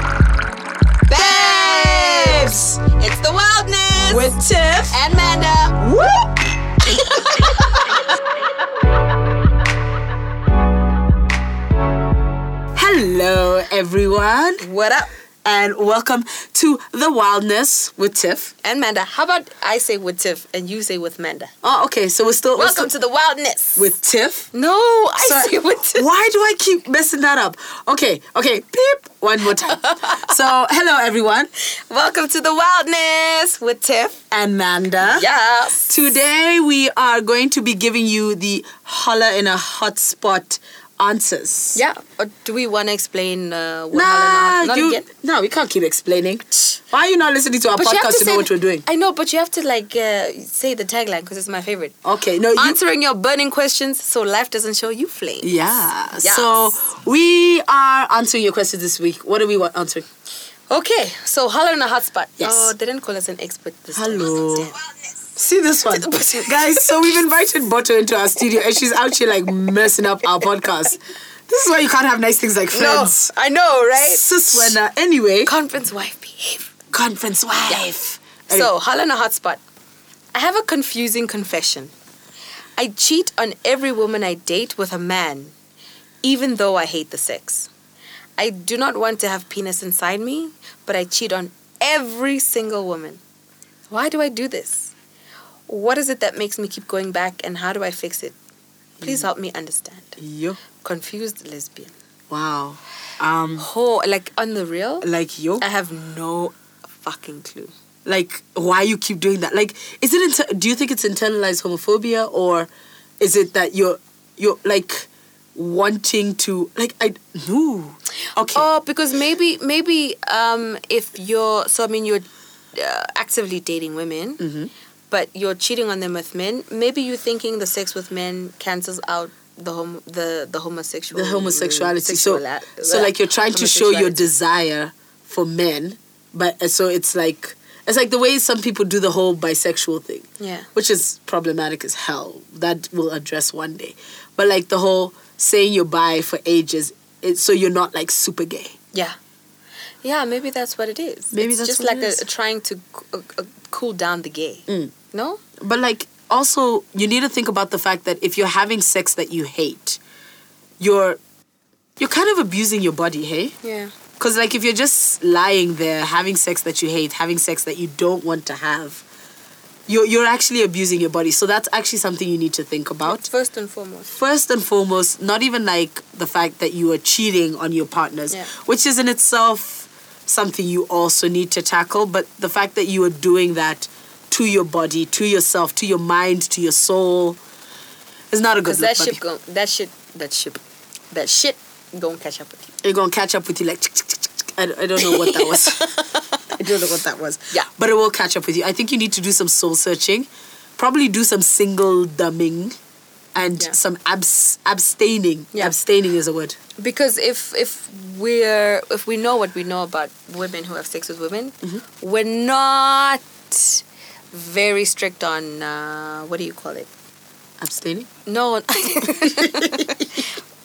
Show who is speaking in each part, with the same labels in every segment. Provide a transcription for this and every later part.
Speaker 1: everyone,
Speaker 2: What up?
Speaker 1: and welcome to The Wildness with Tiff.
Speaker 2: And Manda, how about I say with Tiff and you say with Manda?
Speaker 1: Oh, okay, so we're still we're
Speaker 2: Welcome to
Speaker 1: still-
Speaker 2: the wildness.
Speaker 1: with Tiff.
Speaker 2: no, I
Speaker 1: Sorry.
Speaker 2: say with Tiff.
Speaker 1: Why do I keep messing that up? Okay, okay, beep, one more time. so, hello everyone,
Speaker 2: Welcome to the wildness with Tiff.
Speaker 1: Amanda.
Speaker 2: Yes.
Speaker 1: Today we are going to be giving you the holla in a hot spot answers.
Speaker 2: Yeah. Or do we want to explain uh, what
Speaker 1: Nah,
Speaker 2: Helena- Not
Speaker 1: you,
Speaker 2: again?
Speaker 1: no, we can't keep explaining. Why are you not listening to our
Speaker 2: you have
Speaker 1: podcast to, know
Speaker 2: say-
Speaker 1: what we're doing?
Speaker 2: I know, but you have to like uh, say the tagline because it's my favorite.
Speaker 1: Okay, no, you,
Speaker 2: Answering your burning questions so life doesn't show you flames.
Speaker 1: Yeah.
Speaker 2: Yes.
Speaker 1: So we are answering your questions this week. What are we wa- answering?
Speaker 2: Okay, so holler in a hotspot.
Speaker 1: Yes.
Speaker 2: Oh, they didn't call us an expert this
Speaker 1: Hello.
Speaker 2: time.
Speaker 1: See this one, guys. So we've invited Boto into our studio, and she's out here like messing up our podcast. This is why you can't have nice things like
Speaker 2: No,
Speaker 1: friends.
Speaker 2: I know, right?
Speaker 1: Sis, when uh, anyway,
Speaker 2: Conference wife behave.
Speaker 1: conference wife. Anyway,
Speaker 2: So, holla in a hotspot. I have a confusing confession. I cheat on every woman I date with a man, even though I hate the sex. I do not want to have penis inside me, but I cheat on every single woman. Why do I do this? What is it that makes me keep going back, and how do I fix it?
Speaker 1: Mm.
Speaker 2: Please help me understand.
Speaker 1: yo,
Speaker 2: Confused lesbian.
Speaker 1: wow, um,
Speaker 2: Oh, like on the real,
Speaker 1: like yo,
Speaker 2: I have no fucking clue.
Speaker 1: like why you keep doing that? Like, is it? Inter- do you think it's internalized homophobia, or is it that you're you're like wanting to like I no? Okay.
Speaker 2: Oh, because maybe maybe um, if you're so I mean you're uh, actively dating women,
Speaker 1: Mm-hmm.
Speaker 2: but you're cheating on them with men. Maybe you're thinking the sex with men cancels out the hom- the the homosexual
Speaker 1: the homosexuality. So,
Speaker 2: sexual-
Speaker 1: so like you're trying to show your
Speaker 2: homosexuality.
Speaker 1: desire for men, but uh, so it's like it's like the way some people do the whole bisexual thing,
Speaker 2: yeah
Speaker 1: which is problematic as hell. That we'll address one day. But like the whole saying you're bi for ages, it, so you're not like super gay.
Speaker 2: yeah yeah maybe that's what it is.
Speaker 1: Maybe
Speaker 2: It's
Speaker 1: that's
Speaker 2: just
Speaker 1: what it
Speaker 2: like
Speaker 1: is. Mm.
Speaker 2: A, trying to c- uh, uh, cool down the gay. No,
Speaker 1: But like also you need to think about the fact that if you're having sex that you hate, you're you're kind of abusing your body, hey?
Speaker 2: yeah.
Speaker 1: Because, like, if you're just lying there, having sex that you hate, having sex that you don't want to have, you're, you're actually abusing your body. So, that's actually something you need to think about.
Speaker 2: First and foremost,
Speaker 1: First and foremost, not even like the fact that you are cheating on your partners,
Speaker 2: Yeah.
Speaker 1: which is in itself something you also need to tackle, but the fact that you are doing that to your body, to yourself, to your mind, to your soul is not a good
Speaker 2: because
Speaker 1: look.
Speaker 2: that
Speaker 1: buddy.
Speaker 2: ship gon' that shit that ship that shit gonna catch up with you.
Speaker 1: they're gonna catch up with you like. "Chick, chick, chick, chick." I, I don't know what that was. I don't know what that was.
Speaker 2: Yeah.
Speaker 1: But it will catch up with you. I think you need to do some soul searching, probably do some single dumbing, and
Speaker 2: Yeah.
Speaker 1: some abs- abstaining.
Speaker 2: Yeah.
Speaker 1: Abstaining is a word.
Speaker 2: because if if we're if we know what we know about women who have sex with women, we're not very strict on uh, what do you call it?
Speaker 1: Abstaining.
Speaker 2: No,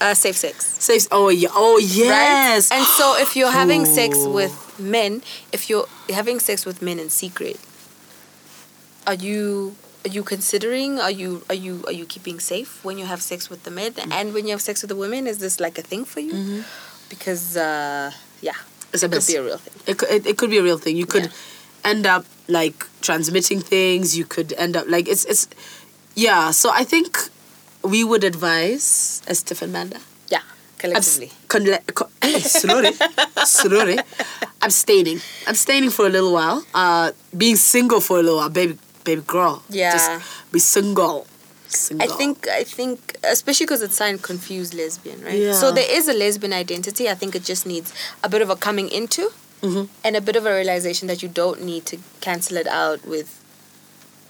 Speaker 2: uh, safe sex.
Speaker 1: Saves. Oh yeah. Oh yes.
Speaker 2: Right? And so if you're having sex
Speaker 1: Oh.
Speaker 2: with men, if you're having sex with men in secret, are you are you considering are you are you are you keeping safe when you have sex with the men
Speaker 1: Mm-hmm.
Speaker 2: and when you have sex with the women is this like a thing for you? Because uh yeah,
Speaker 1: It's a
Speaker 2: it could
Speaker 1: mess.
Speaker 2: be a real thing.
Speaker 1: It, cou- it, it could be a real thing. You could end up like transmitting things. You could end up like it's it's yeah. So I think we would advise as Tiff and Manda.
Speaker 2: Yeah,
Speaker 1: Abs-
Speaker 2: collectively.
Speaker 1: conle- co- eh, slowly, slowly. Abstaining, abstaining for a little while. Uh, being single for a little while, baby, baby girl.
Speaker 2: Yeah.
Speaker 1: just be single.
Speaker 2: I
Speaker 1: Single.
Speaker 2: think I think especially because it's signed confused lesbian, right? So
Speaker 1: Yeah.
Speaker 2: there is a lesbian identity. I think it just needs a bit of a coming into
Speaker 1: Mm-hmm.
Speaker 2: and a bit of a realization that you don't need to cancel it out with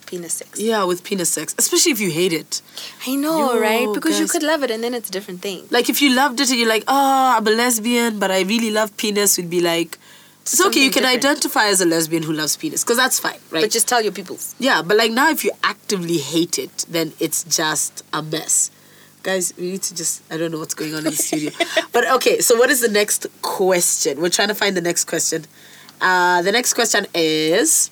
Speaker 2: penis sex.
Speaker 1: Yeah, with penis sex, especially if you hate it.
Speaker 2: I know,
Speaker 1: Yo,
Speaker 2: right? Because you
Speaker 1: guys.
Speaker 2: could love it and then it's a different thing.
Speaker 1: Like if you loved it and you're like, oh, I'm a lesbian, but I really love penis, would be like, it's okay. You
Speaker 2: Something
Speaker 1: can
Speaker 2: different.
Speaker 1: identify as a lesbian who loves penis, because that's fine, right?
Speaker 2: But just tell your peoples.
Speaker 1: Yeah, but like now, if you actively hate it, then it's just a mess. Guys, we need to just, I don't know what's going on in the studio. But okay, so what is the next question? We're trying to find the next question. Uh, the next question is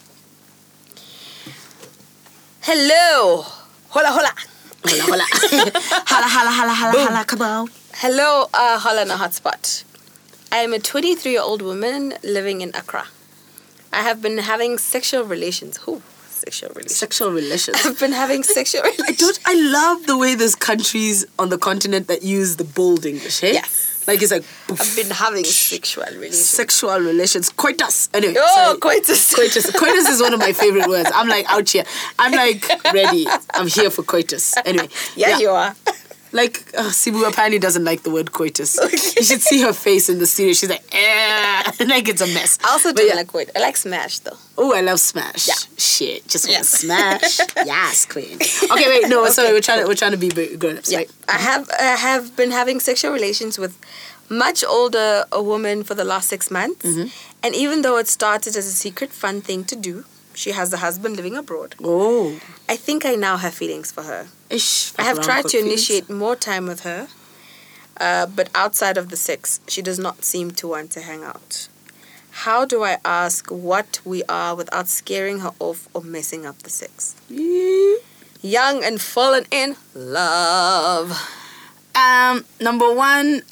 Speaker 2: Hello. Hola hola.
Speaker 1: hola, hola. hola, hola, hola, hola, hola, come on.
Speaker 2: Hello, uh, hola in a hotspot. I am a 23 year old woman living in Accra. I have been having sexual relations. Who? Sexual relations.
Speaker 1: Sexual relations.
Speaker 2: I've been having sexual
Speaker 1: I
Speaker 2: relations.
Speaker 1: don't. I love the way there's countries on the continent that use the bold English. Hey?
Speaker 2: Yes.
Speaker 1: Like it's like
Speaker 2: I've been having sexual relations.
Speaker 1: sexual relations, coitus. Anyway,
Speaker 2: Oh,
Speaker 1: sorry.
Speaker 2: coitus.
Speaker 1: coitus. Coitus is one of my favorite words. I'm like out here. I'm like ready. I'm here for coitus. Anyway,
Speaker 2: Yeah, you are.
Speaker 1: Like uh, Sibu apparently doesn't like the word coitus. You should see her face in the studio. She's like, eh, like it's a mess.
Speaker 2: I also
Speaker 1: But
Speaker 2: don't
Speaker 1: yeah.
Speaker 2: like coitus. I like smash though.
Speaker 1: Oh, I love Smash.
Speaker 2: Yeah.
Speaker 1: Shit, just want
Speaker 2: Yes.
Speaker 1: to smash. yes, queen. Okay, wait, no, sorry, we're trying to we're trying to be grown ups, right?
Speaker 2: I have I have been having sexual relations with much older a woman for the last six months,
Speaker 1: Mm-hmm.
Speaker 2: and even though it started as a secret fun thing to do, she has a husband living abroad.
Speaker 1: Oh,
Speaker 2: I think I now have feelings for her.
Speaker 1: ish.
Speaker 2: I have
Speaker 1: fuck
Speaker 2: tried
Speaker 1: around,
Speaker 2: to
Speaker 1: cook beans.
Speaker 2: initiate more time with her, uh, but outside of the sex, she does not seem to want to hang out. How do I ask what we are without scaring her off or messing up the sex? Young and fallen in love.
Speaker 1: Um, number one,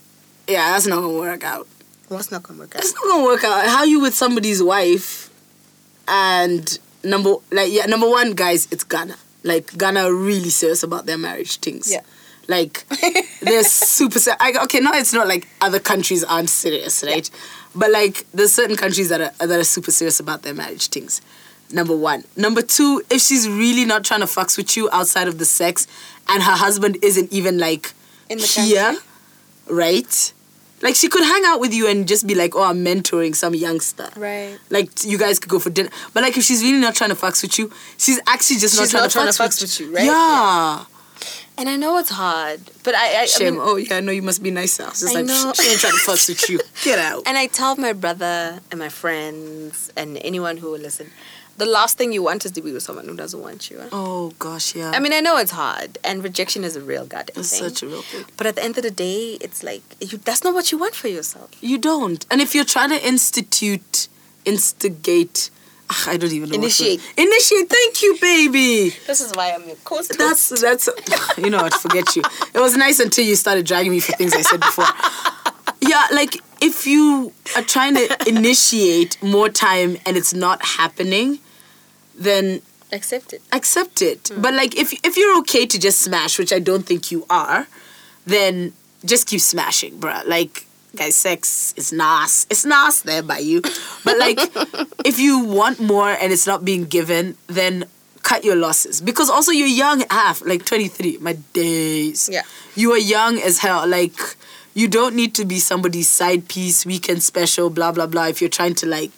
Speaker 1: yeah, that's not gonna work out.
Speaker 2: What's not gonna work out?
Speaker 1: That's not gonna work out. How you with somebody's wife, and number like yeah, number one, guys, it's Ghana. Like Ghana are really serious about their marriage things.
Speaker 2: Yeah.
Speaker 1: Like they're super serious. I, okay, now it's not like other countries aren't serious, right? But like there's certain countries that are that are super serious about their marriage things. Number one. Number two, if she's really not trying to fucks with you outside of the sex, and her husband isn't even like
Speaker 2: In the
Speaker 1: here,
Speaker 2: country?
Speaker 1: right? Like she could hang out with you and just be like, "Oh, I'm mentoring some youngster."
Speaker 2: Right.
Speaker 1: Like t- you guys could go for dinner, but like if she's really not trying to fucks with you, she's actually just
Speaker 2: She's
Speaker 1: not
Speaker 2: not
Speaker 1: trying
Speaker 2: tryna
Speaker 1: to
Speaker 2: fucks
Speaker 1: fucks
Speaker 2: with you, right?
Speaker 1: Yeah.
Speaker 2: And I know it's hard, but I, I, I
Speaker 1: Shame.
Speaker 2: mean,
Speaker 1: oh yeah, I know you must be nicer. It's just
Speaker 2: I
Speaker 1: like
Speaker 2: know.
Speaker 1: "Psh, she ain't trying to fucks with you. Get out.
Speaker 2: and I tell my brother and my friends and anyone who will listen, the last thing you want is to be with someone who doesn't want you.
Speaker 1: oh gosh, yeah.
Speaker 2: I mean, I know it's hard, and rejection is a real goddamn
Speaker 1: it's
Speaker 2: thing.
Speaker 1: such a real thing.
Speaker 2: but at the end of the day, it's like you, that's not what you want for yourself.
Speaker 1: You don't. And if you're trying to institute, instigate. Ugh, I don't even know. what the-
Speaker 2: Initiate.
Speaker 1: Initiate. Thank you, baby.
Speaker 2: This is why I'm your coach.
Speaker 1: That's that's you know what, forget you. It was nice until you started dragging me for things I said before. Yeah, like if you are trying to initiate more time and it's not happening, then
Speaker 2: accept it.
Speaker 1: accept it. But like if if you're okay to just smash, which I don't think you are, then just keep smashing, bruh. Like guys, sex is nice. It's nice there by you. But like if you want more and it's not being given, then cut your losses. Because also you're young half, like twenty three, my days.
Speaker 2: Yeah.
Speaker 1: You are young as hell. Like you don't need to be somebody's side piece, weekend special, blah blah blah. If you're trying to like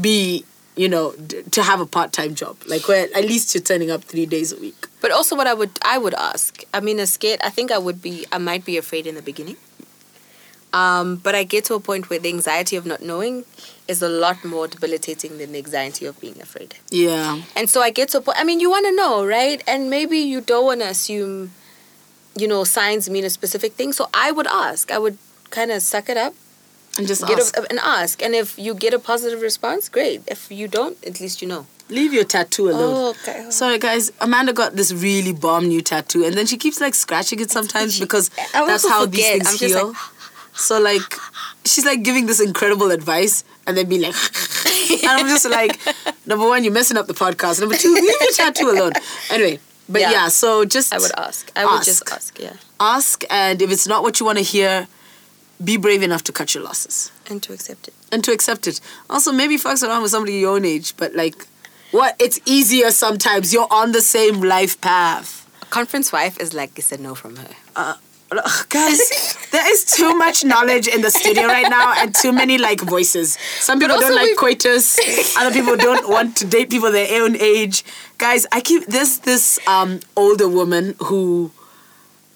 Speaker 1: be, you know, d- to have a part time job, like where at least you're turning up three days a week.
Speaker 2: But also, what I would I would ask. I mean, I'm scared. I think I would be. I might be afraid in the beginning. Um, but I get to a point where the anxiety of not knowing is a lot more debilitating than the anxiety of being afraid.
Speaker 1: Yeah,
Speaker 2: And so I get to a point. I mean, you want to know, right? And maybe you don't want to assume, you know, signs mean a specific thing. So I would ask. I would kind of suck it up,
Speaker 1: and just
Speaker 2: get
Speaker 1: ask.
Speaker 2: a, and ask. And if you get a positive response, great. If you don't, at least you know.
Speaker 1: leave your tattoo alone.
Speaker 2: Oh, okay.
Speaker 1: Sorry, guys. Amanda got this really bomb new tattoo, and then she keeps like scratching it sometimes
Speaker 2: She-
Speaker 1: because
Speaker 2: I also
Speaker 1: that's how
Speaker 2: forget.
Speaker 1: these
Speaker 2: I'm
Speaker 1: things
Speaker 2: just
Speaker 1: feel.
Speaker 2: like-
Speaker 1: so like, she's like giving this incredible advice, and then being like, and I'm just like, number one, you're messing up the podcast. Number two, leave your tattoo alone. Anyway, but yeah,
Speaker 2: Yeah.
Speaker 1: so just
Speaker 2: I would ask. I would just ask. Yeah.
Speaker 1: ask, and if it's not what you want to hear, be brave enough to cut your losses
Speaker 2: And to accept it.
Speaker 1: and to accept it. Also, maybe fucks around with somebody your own age, but like, what? It's easier sometimes. You're on the same life path.
Speaker 2: A conference wife is like it's a no from her.
Speaker 1: Uh, ugh, guys, there is too much knowledge in the studio right now and too many like voices. Some people
Speaker 2: also
Speaker 1: don't like
Speaker 2: we've-
Speaker 1: coitus. Other people don't want to date people their own age. Guys, I keep there's this um older woman who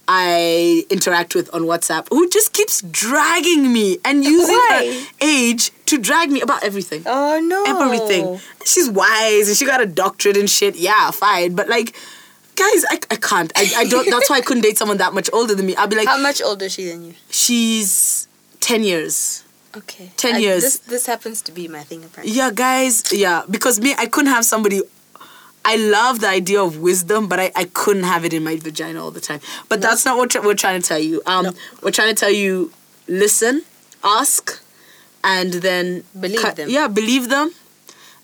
Speaker 1: I interact with on WhatsApp who just keeps dragging me and using
Speaker 2: Why?
Speaker 1: her age to drag me about everything
Speaker 2: Oh no.
Speaker 1: everything. She's wise and she got a doctorate and shit. Yeah, fine. But like, guys, I, I can't. I, I don't. That's why I couldn't date someone that much older than me. I'd be like,
Speaker 2: How much older is she than you?
Speaker 1: she's ten years.
Speaker 2: Okay.
Speaker 1: 10 years.
Speaker 2: This this happens to be my thing apparently.
Speaker 1: Yeah, guys. Yeah, because me, I couldn't have somebody. I love the idea of wisdom, but I, I couldn't have it in my vagina all the time. But that's not what tr- we're trying to tell you. Um, We're trying to tell you, listen, ask, and then
Speaker 2: Believe
Speaker 1: cut-
Speaker 2: them.
Speaker 1: Yeah, believe them,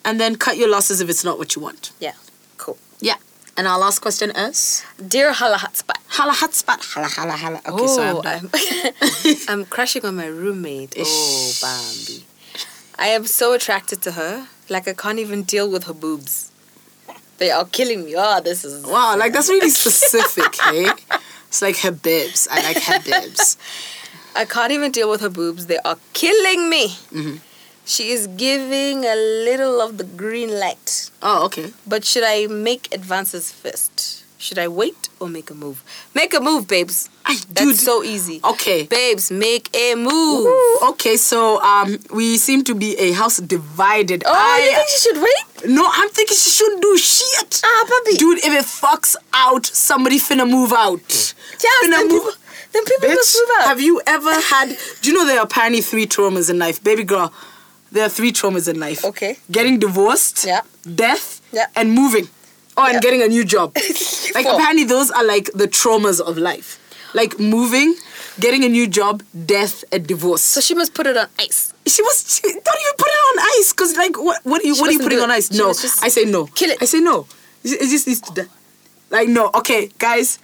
Speaker 1: and then cut your losses if it's not what you want.
Speaker 2: Yeah. Cool.
Speaker 1: Yeah. And our last question is
Speaker 2: Dear Halahat Spy.
Speaker 1: hala hot spot hala hala hala. Okay, so I'm done.
Speaker 2: I'm, Oh, I'm crushing on my roommate. Oh,
Speaker 1: Ish.
Speaker 2: Bambi. I am so attracted to her. Like, I can't even deal with her boobs. They are killing me. Oh, this is.
Speaker 1: Wow, like that's really specific, hey? It's like her bibs. I like her bibs.
Speaker 2: I can't even deal with her boobs. They are killing me.
Speaker 1: Mm-hmm.
Speaker 2: She is giving a little of the green light.
Speaker 1: Oh, okay.
Speaker 2: But should I make advances first? Should I wait or make a move? Make a move, babes.
Speaker 1: I
Speaker 2: That's
Speaker 1: dude.
Speaker 2: so easy.
Speaker 1: okay.
Speaker 2: Babes, make a move.
Speaker 1: Ooh, okay, so um, we seem to be a house divided.
Speaker 2: Oh,
Speaker 1: I,
Speaker 2: you think she should wait?
Speaker 1: no, I'm thinking she shouldn't do shit.
Speaker 2: Ah, puppy.
Speaker 1: Dude, if it fucks out, somebody finna move out.
Speaker 2: Yeah,
Speaker 1: finna
Speaker 2: then
Speaker 1: move.
Speaker 2: people, then people must
Speaker 1: Bitch,
Speaker 2: move out.
Speaker 1: have you ever had? Do you know there are apparently three traumas in life, baby girl? There are three traumas in life.
Speaker 2: Okay.
Speaker 1: Getting divorced.
Speaker 2: Yeah.
Speaker 1: Death.
Speaker 2: Yeah.
Speaker 1: And moving. Oh, and
Speaker 2: Yeah.
Speaker 1: getting a new job. like
Speaker 2: Four.
Speaker 1: apparently those are like the traumas of life, like moving, getting a new job, death, and divorce.
Speaker 2: so she must put it on ice.
Speaker 1: She was she, don't even put it on ice because like what what are you
Speaker 2: She
Speaker 1: what are you
Speaker 2: mustn't
Speaker 1: putting
Speaker 2: do it.
Speaker 1: on ice?
Speaker 2: She
Speaker 1: No,
Speaker 2: must just
Speaker 1: I say no.
Speaker 2: kill it.
Speaker 1: I say no. It it just needs to die. Like no. Okay, guys.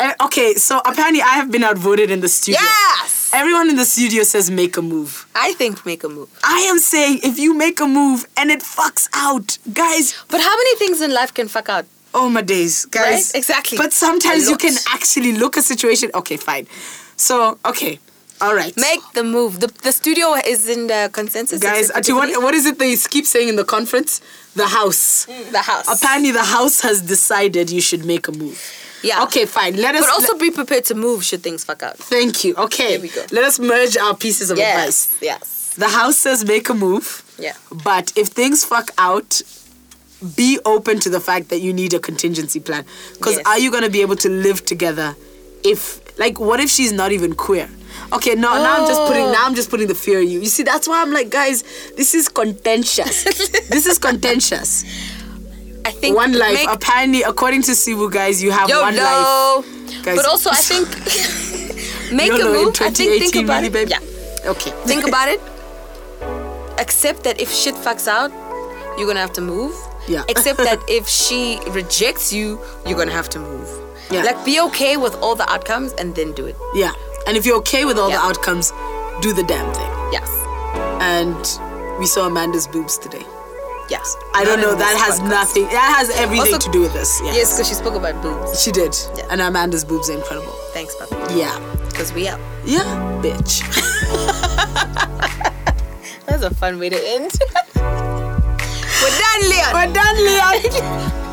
Speaker 1: Uh, okay, so apparently I have been outvoted in the studio.
Speaker 2: Yes!
Speaker 1: Everyone in the studio says make a move.
Speaker 2: I think make a move.
Speaker 1: I am saying if you make a move and it fucks out, guys.
Speaker 2: But how many things in life can fuck out?
Speaker 1: Oh my days, guys.
Speaker 2: Right? Exactly.
Speaker 1: But sometimes
Speaker 2: A
Speaker 1: you
Speaker 2: lot.
Speaker 1: can actually look a situation. Okay, fine. So okay, all right.
Speaker 2: Make the move. The, the studio is in the consensus.
Speaker 1: guys, uh,
Speaker 2: It's-
Speaker 1: actually, what, what is it they keep saying in the conference? Mm, The house.
Speaker 2: the house.
Speaker 1: Apparently, the house has decided you should make a move.
Speaker 2: Yeah.
Speaker 1: Okay, fine. Let us.
Speaker 2: But also
Speaker 1: le-
Speaker 2: be prepared to move should things fuck out.
Speaker 1: thank you. Okay.
Speaker 2: There we go.
Speaker 1: Let us merge our pieces of advice.
Speaker 2: Yes.
Speaker 1: The house says make a move,
Speaker 2: Yeah.
Speaker 1: but if things fuck out, be open to the fact that you need a contingency plan. Because
Speaker 2: Yes.
Speaker 1: are you going to be able to live together if, like, what if she's not even queer? Okay, no, now I'm just putting
Speaker 2: Oh.
Speaker 1: now I'm just putting the fear in you. You see, that's why I'm like, guys, this is contentious. this is contentious.
Speaker 2: I think
Speaker 1: one life.
Speaker 2: Make,
Speaker 1: Apparently, according to Sibu, guys, you have
Speaker 2: YOLO.
Speaker 1: one life. Guys,
Speaker 2: but also I think make
Speaker 1: YOLO
Speaker 2: a
Speaker 1: in
Speaker 2: move. I think think
Speaker 1: 2018,
Speaker 2: about
Speaker 1: really,
Speaker 2: it.
Speaker 1: babe.
Speaker 2: Yeah.
Speaker 1: Okay.
Speaker 2: Think about it. Accept that if shit fucks out, you're gonna have to move.
Speaker 1: Yeah.
Speaker 2: Accept that if she rejects you, you're gonna have to move.
Speaker 1: Yeah.
Speaker 2: Like be okay with all the outcomes and then do it.
Speaker 1: yeah. And if you're okay with all the
Speaker 2: Yeah.
Speaker 1: outcomes, do the damn thing.
Speaker 2: Yes.
Speaker 1: And we saw Amanda's boobs today.
Speaker 2: Yes.
Speaker 1: I don't
Speaker 2: Not
Speaker 1: know.
Speaker 2: in
Speaker 1: That
Speaker 2: this
Speaker 1: has
Speaker 2: podcast.
Speaker 1: nothing. That has everything
Speaker 2: Also-
Speaker 1: to do with this. Yeah.
Speaker 2: Yes, because she spoke about boobs.
Speaker 1: She did.
Speaker 2: Yeah.
Speaker 1: And Amanda's boobs are incredible.
Speaker 2: Thanks, Papa.
Speaker 1: Yeah.
Speaker 2: Because we out.
Speaker 1: Yeah. Bitch.
Speaker 2: That's a fun way to end. We're done, Leon.
Speaker 1: We're done, Leon.